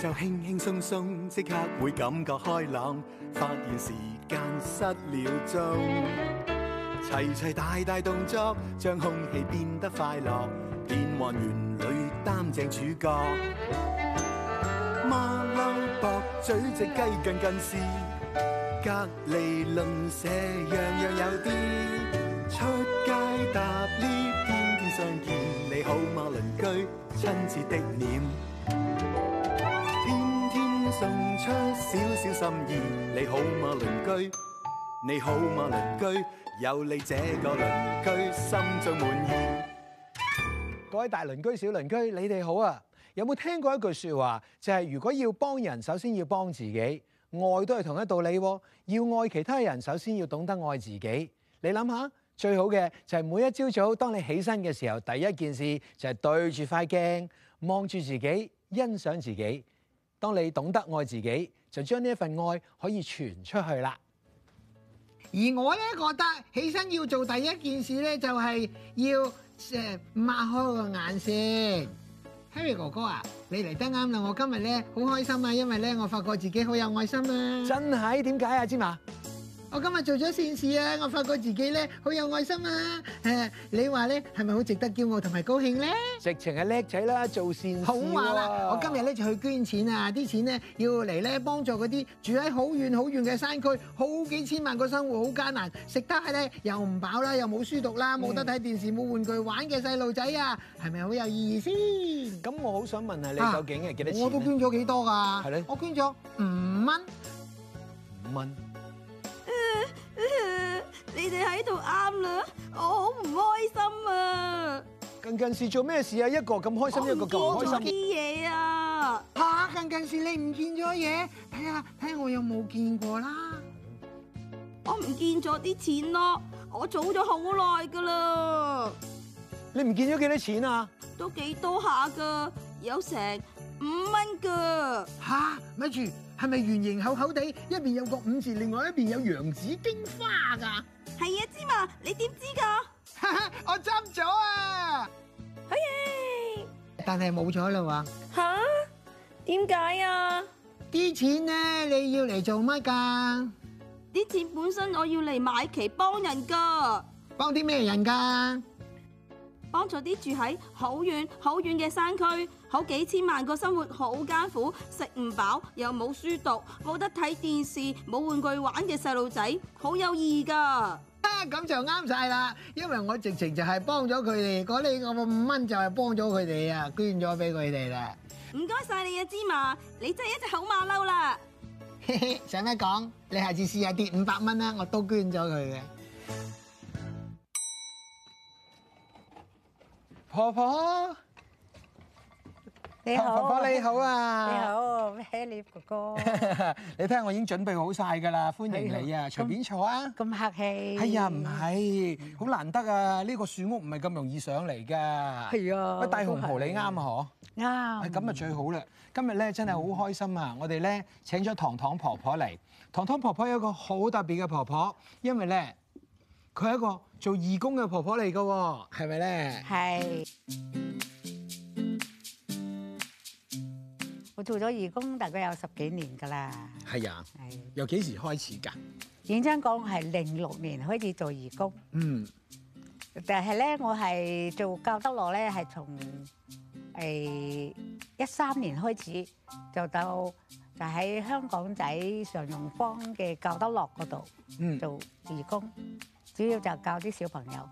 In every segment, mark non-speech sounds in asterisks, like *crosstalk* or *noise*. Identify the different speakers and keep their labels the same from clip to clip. Speaker 1: 就輕輕鬆鬆，即刻會感覺開朗，發現時間失了蹤。齊齊大大動作，將空氣變得快樂，變幻園裏擔正主角。馬騮駁嘴隻雞近近視，隔離鄰舍樣樣有啲。出街搭 lift，天天相見，你好嗎鄰居？親切的臉。送出少少心意，你好嗎鄰居？你好嗎鄰居？有你這個鄰居，心中滿意。
Speaker 2: 各位大鄰居、小鄰居，你哋好啊！有冇聽過一句説話？就係如果要幫人，首先要幫自己。愛都係同一道理喎，要愛其他人，首先要懂得愛自己。你諗下，最好嘅就係每一朝早，當你起身嘅時候，第一件事就係對住塊鏡，望住自己，欣賞自己。當你懂得愛自己，就將呢一份愛可以傳出去啦。
Speaker 3: 而我咧覺得起身要做第一件事咧，就係要誒擘開個眼先。Harry 哥哥啊，你嚟得啱啦！我今日咧好開心啊，因為咧我發覺自己好有愛心啊。
Speaker 2: 真係點解啊，芝麻？
Speaker 3: 我今日做咗善事啊！我發覺自己咧好有愛心啊！誒，你話咧係咪好值得驕傲同埋高興咧？
Speaker 2: 直情係叻仔啦，做善事。
Speaker 3: 好話啦！我今日咧就去捐錢啊！啲錢咧要嚟咧幫助嗰啲住喺好遠好遠嘅山區，好幾千萬個生活好艱難，食得咧又唔飽啦，又冇書讀啦，冇得睇電視，冇玩具玩嘅細路仔啊，係咪好有意義先？
Speaker 2: 咁我好想問下你
Speaker 4: 啊
Speaker 2: 究竟係幾多錢？
Speaker 3: 我都捐咗幾多㗎？
Speaker 2: 係咧，
Speaker 3: 我捐咗五蚊。
Speaker 2: 五蚊。
Speaker 5: *laughs* 你哋喺度啱啦，我好唔開心啊！
Speaker 2: 近近視做咩事啊？一個咁開心，一個咁唔開心。
Speaker 5: 啲嘢啊！
Speaker 3: 嚇！近近視你唔見咗嘢，睇下睇下我有冇見過啦。
Speaker 5: 我唔見咗啲錢咯，我早咗好耐噶啦，
Speaker 2: 你唔見咗幾多錢啊？
Speaker 5: 都幾多下噶，有成五蚊噶。
Speaker 3: 吓，咪住，係咪圓形厚厚地，一邊有個五字，另外一邊有洋紫荊花㗎？
Speaker 5: 係啊，芝麻，你點知㗎？
Speaker 3: *laughs* 我執咗啊！
Speaker 5: 哎呀！
Speaker 3: 但係冇咗啦喎，
Speaker 5: 吓？點解啊？
Speaker 3: 啲錢咧你要嚟做乜㗎？
Speaker 5: 啲錢本身我要嚟買旗幫人㗎，
Speaker 3: 幫啲咩人㗎？ *laughs*
Speaker 5: 幫助啲住喺好遠好遠嘅山區，好幾千萬個生活好艱苦，食唔飽又冇書讀，冇得睇電視，冇玩具玩嘅細路仔，好有意義㗎。
Speaker 3: 啊，咁就啱晒啦，因為我直情就係幫咗佢哋，嗰呢個五蚊就係幫咗佢哋啊，捐咗俾佢哋啦。 *laughs*
Speaker 5: 唔該晒你啊，芝麻，你真係一隻好馬騮啦！
Speaker 3: 使乜講？你下次試下跌五百蚊啦，我都捐咗佢嘅。
Speaker 2: 婆婆，
Speaker 4: 你
Speaker 2: 婆
Speaker 4: 好，
Speaker 2: 婆你好啊！
Speaker 4: 你好，Harry 哥哥，
Speaker 2: 你睇下我已經準備好晒㗎啦，歡迎你啊！隨便坐啊！
Speaker 4: 咁客氣。
Speaker 2: 哎呀，唔係，好難得啊！呢個樹屋唔係咁容易上嚟㗎。
Speaker 4: 係啊
Speaker 2: 喂，大紅袍
Speaker 4: 都
Speaker 2: 你
Speaker 4: 係
Speaker 2: 啱啊，嗬？係
Speaker 4: 啱。
Speaker 2: 咁啊最好啦！今日咧真係好開心
Speaker 4: 嗯
Speaker 2: 啊！我哋咧請咗糖糖婆婆嚟，糖糖婆婆有一個好特別嘅婆婆，因為咧佢係一個做義工嘅婆婆嚟嘅喎，係咪咧？
Speaker 4: 係。我做咗義工大概有十幾年㗎啦。
Speaker 2: 係啊，
Speaker 4: 係。
Speaker 2: 由幾時開始㗎？
Speaker 4: 認真講係零六年開始做義工，
Speaker 2: 嗯，
Speaker 4: 但係咧我係做教德樂咧係從誒一三年開始就到就喺香港仔常用坊嘅教德樂嗰度。
Speaker 2: 嗯，
Speaker 4: 做義工，主要就教啲小朋友誒、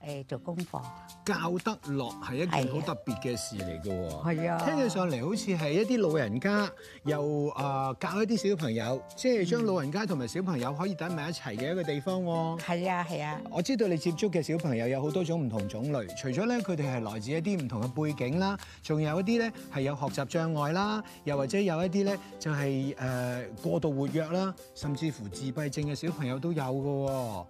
Speaker 4: 呃做功課。
Speaker 2: 教得落係一件
Speaker 4: 係
Speaker 2: 好
Speaker 4: 啊
Speaker 2: 特別嘅事嚟嘅喎。
Speaker 4: 係啊
Speaker 2: 聽起上嚟好似係一啲老人家又啊、教一啲小朋友，即係
Speaker 4: 嗯
Speaker 2: 將老人家同埋小朋友可以等埋一齊嘅一個地方喎。
Speaker 4: 係啊係啊，
Speaker 2: 我知道你接觸嘅小朋友有好多種唔同種類，除咗咧佢哋係來自一啲唔同嘅背景啦，仲有一啲咧係有學習障礙啦，又或者有一啲咧就係、誒、過度活躍啦，甚至乎自閉症嘅小朋友都有嘅喎。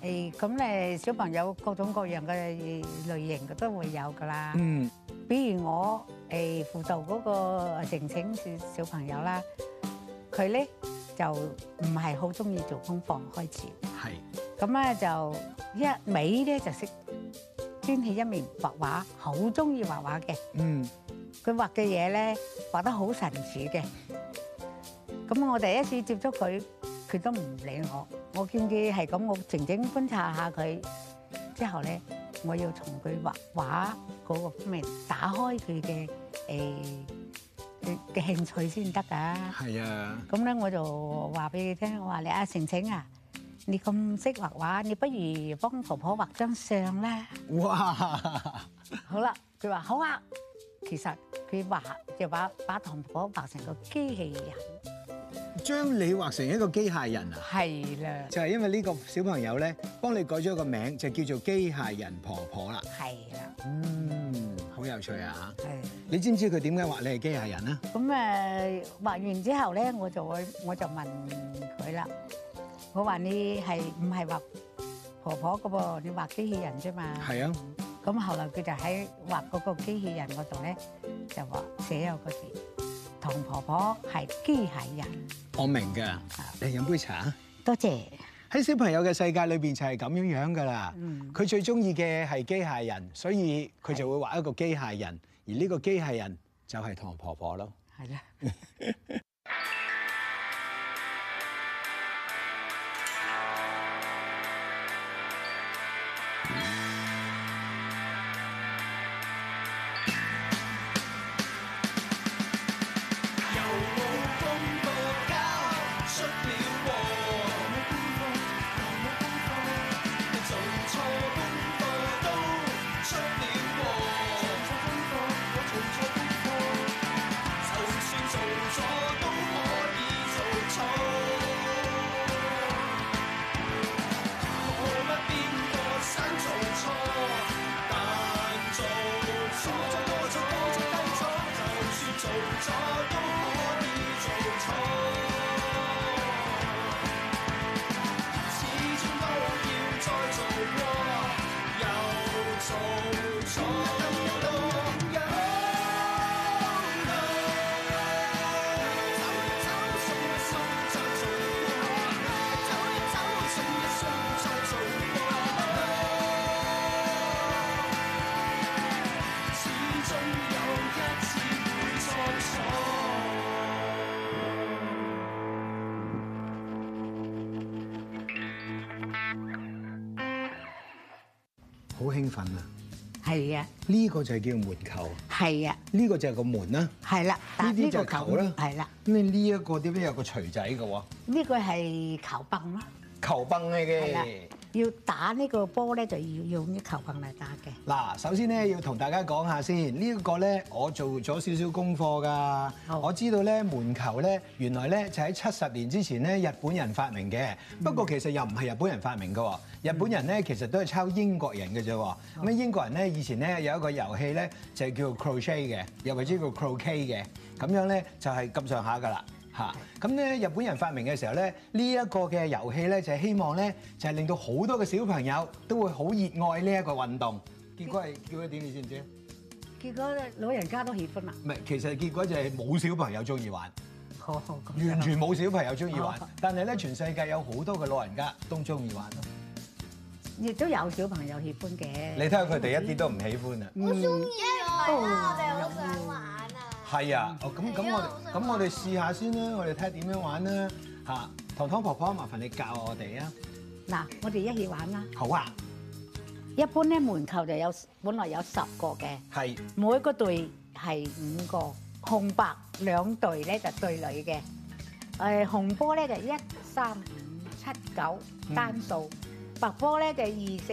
Speaker 4: 誒咁咧小朋友各種各樣嘅類型嘅都會有㗎啦。
Speaker 2: 嗯，
Speaker 4: 比如我誒、呃、輔導嗰個晴晴小小朋友啦，佢咧就唔係好中意做功課開始，
Speaker 2: 係
Speaker 4: 咁咧就一味咧就識端起一面畫畫，好中意畫畫嘅。
Speaker 2: 嗯
Speaker 4: 佢畫嘅嘢咧畫得好神似嘅。咁我第一次接觸佢，佢都唔理我。我見佢係咁，我靜靜觀察下佢之後咧，我要從佢畫畫嗰個方面打開佢嘅誒嘅嘅興趣先得㗎。
Speaker 2: 係啊，
Speaker 4: 咁咧我就話俾佢聽，我話你啊晴晴啊，你咁識畫畫，你不如幫婆婆畫張相啦。
Speaker 2: 哇，
Speaker 4: 好啦，佢話好啊。其實佢畫就把把唐婆婆畫成個機器人，
Speaker 2: 將你畫成一個機械人啊！
Speaker 4: 係啦，
Speaker 2: 就係因為呢個小朋友咧，幫你改咗個名，就叫做機械人婆婆啦。
Speaker 4: 係啦，
Speaker 2: 嗯，好有趣啊！
Speaker 4: 係。
Speaker 2: 你知唔知佢點解畫你係機械人啊？
Speaker 4: 咁誒畫完之後咧，我就會我就問佢啦，我話你係唔係畫婆婆嘅噃？你畫機器人啫嘛。
Speaker 2: 係啊，
Speaker 4: 咁後來佢就喺畫嗰個機器人嗰度咧，就話寫有個字，唐婆婆係機械人。
Speaker 2: 我明㗎。你飲杯茶。啊
Speaker 4: 多謝。
Speaker 2: 喺小朋友嘅世界裏邊就係咁樣樣㗎啦。
Speaker 4: 嗯，
Speaker 2: 佢最中意嘅係機械人，所以佢就會畫一個機械人，而呢個機械人就係唐婆婆咯。
Speaker 4: 係啦。
Speaker 2: 好興奮啊！
Speaker 4: 係啊，
Speaker 2: 呢個就係叫門球，
Speaker 4: 係啊，
Speaker 2: 呢個就係個門啦。
Speaker 4: 係啦。但
Speaker 2: 呢啲就
Speaker 4: 個
Speaker 2: 係球啦
Speaker 4: 係啦，
Speaker 2: 咁你呢一個點解有個錘仔嘅喎？
Speaker 4: 呢個係球棒啦。
Speaker 2: 球棒嚟
Speaker 4: 係啦
Speaker 2: 嘅。
Speaker 4: 要打呢個波咧，就要用啲球棒嚟打嘅。
Speaker 2: 嗱，首先咧要同大家講下先，呢、一個咧我做咗少少功課㗎。
Speaker 4: 好啊
Speaker 2: 我知道咧門球咧原來咧就喺七十年之前咧日本人發明嘅，不過其實又唔係日本人發明嘅喎。日本人咧其實都係抄英國人嘅啫喎。咁英國人咧以前咧有一個遊戲咧就叫 crochet 嘅，又或者叫 croquet 嘅，咁樣咧就係咁上下㗎啦。嚇！咁咧日本人發明嘅時候咧，呢、一個嘅遊戲咧就係希望咧就係令到好多嘅小朋友都會好熱愛呢一個運動。結果係結果點你知唔知？
Speaker 4: 結果老人家都喜歡啦。
Speaker 2: 唔係，其實結果就係冇小朋友中意玩，
Speaker 4: 好好咁樣啦
Speaker 2: 完全冇小朋友中意玩
Speaker 4: 哦。
Speaker 2: 但係咧，全世界有好多嘅老人家都中意玩咯。
Speaker 4: 嗯亦都有小朋友喜歡嘅。
Speaker 2: 你睇下佢哋一啲都唔喜歡啊！
Speaker 4: 嗯
Speaker 2: 係啊，哦咁咁
Speaker 6: 係啊
Speaker 2: 我哋
Speaker 6: 好想
Speaker 2: 咁我哋試下先啦，我哋睇下點樣玩啦嚇。糖糖婆婆，麻煩你教我哋啊！
Speaker 4: 嗱，我哋一起玩啦。
Speaker 2: 好啊，
Speaker 4: 一般咧門球就有本來有十個嘅，
Speaker 2: 係
Speaker 4: 每個隊係五個，紅白兩隊咧就對壘嘅。誒、紅波咧就一三五七九
Speaker 2: 嗯
Speaker 4: 單數，白波咧就二四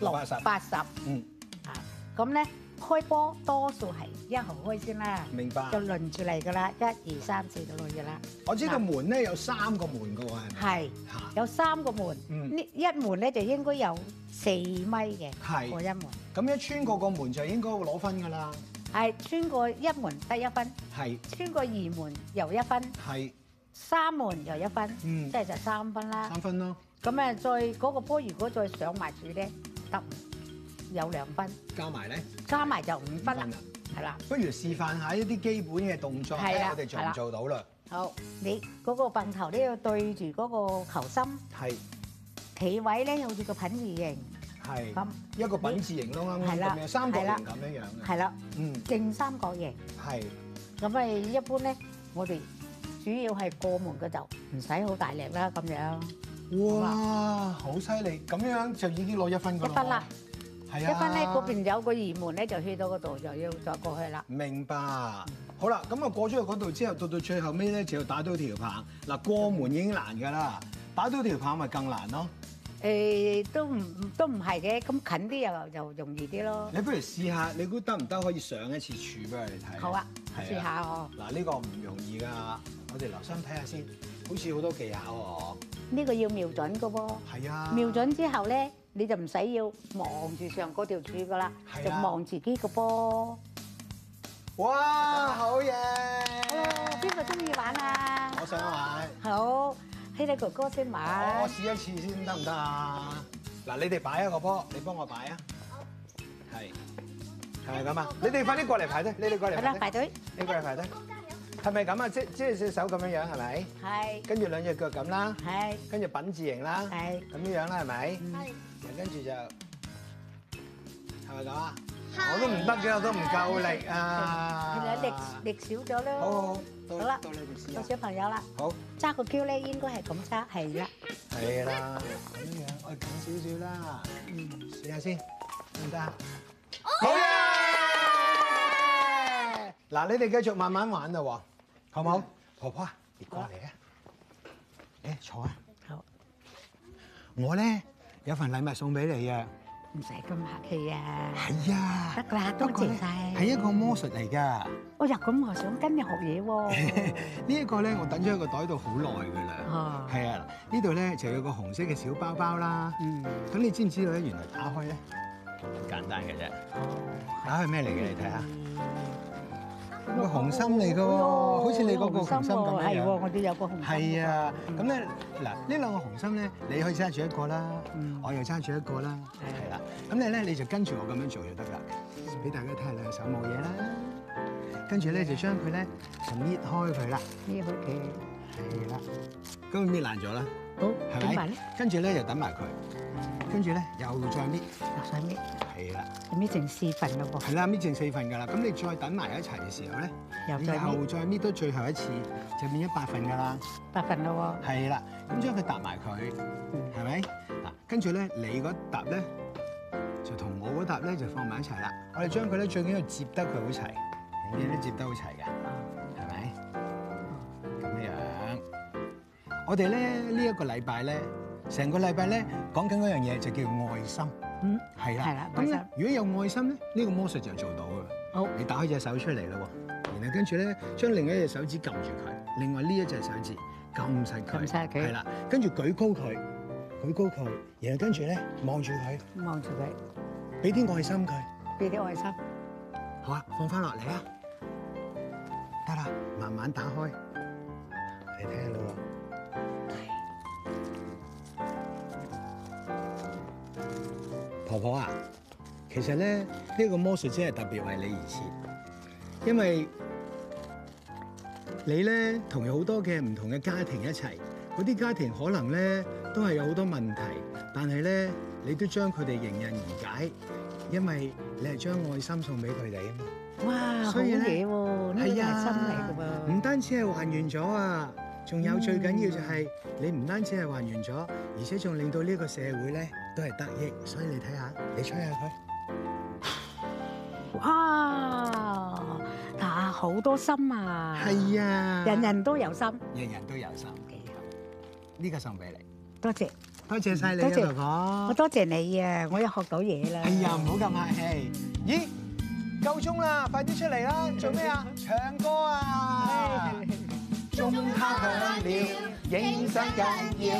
Speaker 4: 六
Speaker 2: 八十
Speaker 4: 八十。
Speaker 2: 嗯
Speaker 4: 啊，咁咧開波多數係一號開先啦，
Speaker 2: 明白
Speaker 4: 就。輪住嚟噶啦，一二三四到六月啦，
Speaker 2: 我知道門咧有三個門嘅喎，係咪？
Speaker 4: 係
Speaker 2: 嚇，
Speaker 4: 有三個門，
Speaker 2: 啊嗯
Speaker 4: 呢一門咧就應該有四米嘅
Speaker 2: 係
Speaker 4: 過一門，
Speaker 2: 咁一穿過個門就應該會攞分㗎啦。
Speaker 4: 係穿過一門得一分，
Speaker 2: 係
Speaker 4: 穿過二門又一分，
Speaker 2: 係，
Speaker 4: 三門又一分，
Speaker 2: 嗯
Speaker 4: 即，係就啊三分啦
Speaker 2: 三。分咯。
Speaker 4: 咁誒再嗰個波如果再上埋住咧，得五有兩分，
Speaker 2: 加埋咧，
Speaker 4: 加埋就五分啦
Speaker 2: 五分啦，
Speaker 4: 係啦。
Speaker 2: 不如示範下一啲基本嘅動作，睇
Speaker 4: 係
Speaker 2: 下
Speaker 4: 啦
Speaker 2: 我哋做唔做到啦。
Speaker 4: 好，你嗰個棒頭咧要對住嗰個球心。
Speaker 2: 係
Speaker 4: 企位咧好似個品字形，
Speaker 1: 係
Speaker 4: 咁
Speaker 1: 一個品字形咯，啱啱
Speaker 4: 係啦
Speaker 1: 咁樣三角
Speaker 4: 係啦
Speaker 1: 形咁樣樣嘅，
Speaker 4: 係啦，
Speaker 1: 嗯
Speaker 4: 正三角形。
Speaker 1: 係
Speaker 4: 咁咪一般咧，我哋主要係過門嗰度，唔使好大力啦，咁樣
Speaker 1: 哇，好犀利！咁樣就已經攞一分㗎
Speaker 4: 一分啦，。
Speaker 1: 係
Speaker 4: 一
Speaker 1: 啊，
Speaker 4: 分咧嗰邊有個移門咧，就去到嗰度，就要再過去啦。
Speaker 1: 明白。好啦，咁啊過咗去嗰度之後，到到最後尾咧就要打到條棒。嗱，過門已經難㗎啦，打到條棒咪更難咯。
Speaker 4: 誒、都唔都唔係嘅，咁近啲又又容易啲咯。
Speaker 1: 你不如試下，你估得唔得？可以上一次柱俾我哋睇。
Speaker 4: 好啊，
Speaker 1: 係
Speaker 4: 試下哦。
Speaker 1: 嗱，呢個唔容易㗎，我哋留心睇下先，好似好多技巧
Speaker 4: 呢個要瞄準嘅喎，
Speaker 1: 喎。係啊，
Speaker 4: 瞄準之後咧，你就唔使要望住上嗰條柱噶啦，
Speaker 1: 係
Speaker 4: 就
Speaker 1: 啦
Speaker 4: 望自己個波。
Speaker 2: Dạ.
Speaker 1: 哇，好嘢！
Speaker 4: 邊個中意玩啊？
Speaker 1: 我想玩，
Speaker 4: 好，希利哥哥先玩
Speaker 1: 我。試一次先得唔得啊？嗱，你哋擺一個波，你幫我擺啊。係，係咪咁啊？你哋快啲過嚟排隊，你哋過嚟
Speaker 4: 好啦，
Speaker 1: 排
Speaker 4: 排
Speaker 1: 隊，
Speaker 4: 隊。
Speaker 2: 呢個係排得，係咪咁啊？即即係隻手咁樣樣係咪？
Speaker 4: 係
Speaker 2: 跟住兩隻腳咁啦，
Speaker 4: 係
Speaker 2: 跟住品字形啦，
Speaker 4: 係。
Speaker 2: 咁樣樣啦係咪？
Speaker 4: 係
Speaker 2: 然後跟住就係咪咁啊？我都唔得嘅，我都唔夠力啊！
Speaker 4: 力
Speaker 2: À.
Speaker 4: 力少咗咯。
Speaker 2: 好好好，
Speaker 4: 好
Speaker 2: 到
Speaker 4: 啦
Speaker 2: 到你哋試
Speaker 4: 到
Speaker 2: 下，
Speaker 4: 小朋友啦，
Speaker 2: 好
Speaker 4: 揸個嬌咧應該係咁揸，係啦，
Speaker 2: 係啦，咁樣樣我近少少啦，嗯，試下先得唔得啊？好嘢！嗱，你哋繼續慢慢玩啦喎，好唔好？婆婆，你過嚟啊！誒，坐啊！
Speaker 4: 好，
Speaker 2: 我咧有份禮物送俾你啊！
Speaker 4: 唔使咁客氣啊。
Speaker 2: 係啊，
Speaker 4: 得啦
Speaker 2: 不過
Speaker 4: 多
Speaker 2: 咧
Speaker 4: 謝晒
Speaker 2: 係一個魔術嚟㗎。
Speaker 4: 我又咁我想跟你學嘢喎。
Speaker 2: 呢一個咧，我等咗喺個袋度好耐㗎啦。
Speaker 4: 哦，
Speaker 2: 係啊，呢度咧就有個紅色嘅小包包啦。
Speaker 4: 嗯，
Speaker 2: 咁你知唔知道咧？原來打開咧，好簡單嘅啫。打開咩嚟嘅？你
Speaker 1: Dạ.
Speaker 2: 睇下，個紅心嚟㗎喎，好似你嗰個紅心咁樣
Speaker 4: 係喎，
Speaker 2: 樣。
Speaker 4: 我都有個紅心。
Speaker 1: à.
Speaker 2: 係，啊，咁咧嗱，呢兩個紅心咧，你可以揸住一個啦，
Speaker 4: 嗯
Speaker 2: 我又揸住一個啦，係啦。咁你咧你就跟住我咁樣做就得㗎，俾大家睇下兩手冇嘢啦。跟住咧就將佢咧就搣開佢啦，
Speaker 4: 呢好嘅，
Speaker 2: 係啦。咁搣爛咗啦，
Speaker 4: 好
Speaker 2: 係
Speaker 4: 點辦
Speaker 2: 咪
Speaker 4: 咧？？
Speaker 2: 跟住咧又等埋佢，跟住咧又再搣，
Speaker 4: 落水搣，
Speaker 2: 係啦，
Speaker 4: 搣成四份咯
Speaker 2: 係啦，搣剩四份㗎啦。咁你再等埋一齊嘅時候咧，
Speaker 4: 喎，
Speaker 3: Dạ,
Speaker 4: 又
Speaker 2: 你
Speaker 4: 再搣
Speaker 2: 又再搣到最後一次，就變咗八份㗎啦。
Speaker 4: 八份咯
Speaker 2: 係啦，咁將佢搭埋佢，係咪？嗱，跟住咧，你嗰沓咧就同我嗰沓咧就放埋一齊啦。我哋將佢咧最緊要接得佢好齊，永遠都接得好齊嘅，係咪？咁樣，我哋咧呢一個禮拜咧，成個禮拜咧講緊嗰樣嘢就叫愛心，
Speaker 4: 喎。嗯，
Speaker 2: 係啦。
Speaker 4: 係啦
Speaker 2: 咁
Speaker 4: 愛
Speaker 2: 咧
Speaker 4: 心，
Speaker 2: 如果有愛心咧，呢個魔術就做到㗎。
Speaker 4: 好，
Speaker 2: 你打開隻手出嚟咯喎，然後跟住咧將另一隻手指撳住佢，另外呢一隻手指撳實佢，
Speaker 4: 撳實佢
Speaker 2: 係啦，跟住舉高佢，舉高佢，然後跟住咧望住佢，
Speaker 4: 望住佢，
Speaker 2: 俾啲愛心佢，
Speaker 4: 俾啲愛心。
Speaker 2: 好啊，放翻落嚟啊，得啦，慢慢打開，你睇下咯喎。婆婆啊，其實咧呢、呢個魔術真係特別為你而設，因為你咧同有好多嘅唔同嘅家庭一齊，嗰啲家庭可能咧都係有好多問題，但係咧你都將佢哋迎刃而解，因為你係將愛心送俾佢哋啊嘛。
Speaker 4: 哇，好
Speaker 2: 所以
Speaker 4: 嘢
Speaker 2: 咧
Speaker 4: 喎，哦呢個
Speaker 2: 係
Speaker 4: 係心
Speaker 2: 啊
Speaker 4: 嚟嘅喎。
Speaker 2: 唔單止係還原咗啊，仲有
Speaker 4: 嗯
Speaker 2: 最緊要就係你唔單止係還原咗，而且仲令到呢個社會咧都係得益。所以你睇下，你吹下佢，
Speaker 4: 哇！嗱，好多心啊，
Speaker 2: 係啊，
Speaker 4: 人人都有心，
Speaker 2: 人人都有心，呢個送俾你，
Speaker 4: 多謝
Speaker 2: 多謝晒你
Speaker 4: 嗯多謝
Speaker 2: 啊，婆
Speaker 4: 我
Speaker 2: 婆。
Speaker 4: 多謝你啊，我又學到嘢啦。
Speaker 2: 哎呀，唔好咁客氣。咦，夠鐘啦，快啲出嚟啦！做咩啊？唱歌啊！鐘敲響了，影相緊要，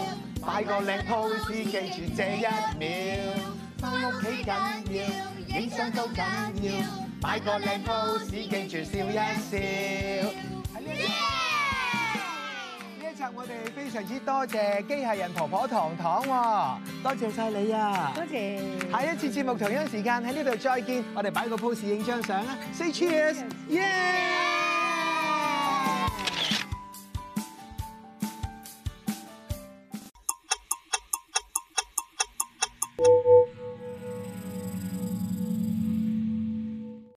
Speaker 2: 擺個靚 pose，記住這一秒。翻屋企緊要，影相都緊要，擺個靚 pose，記住笑一笑。喺呢一呢一集我哋非常之多謝機械人婆婆糖糖喎，多謝晒你啊！
Speaker 4: 多謝。
Speaker 2: 下一次節目同樣時間喺呢度再見，我哋擺個 pose 影張相啦，Say cheers，耶！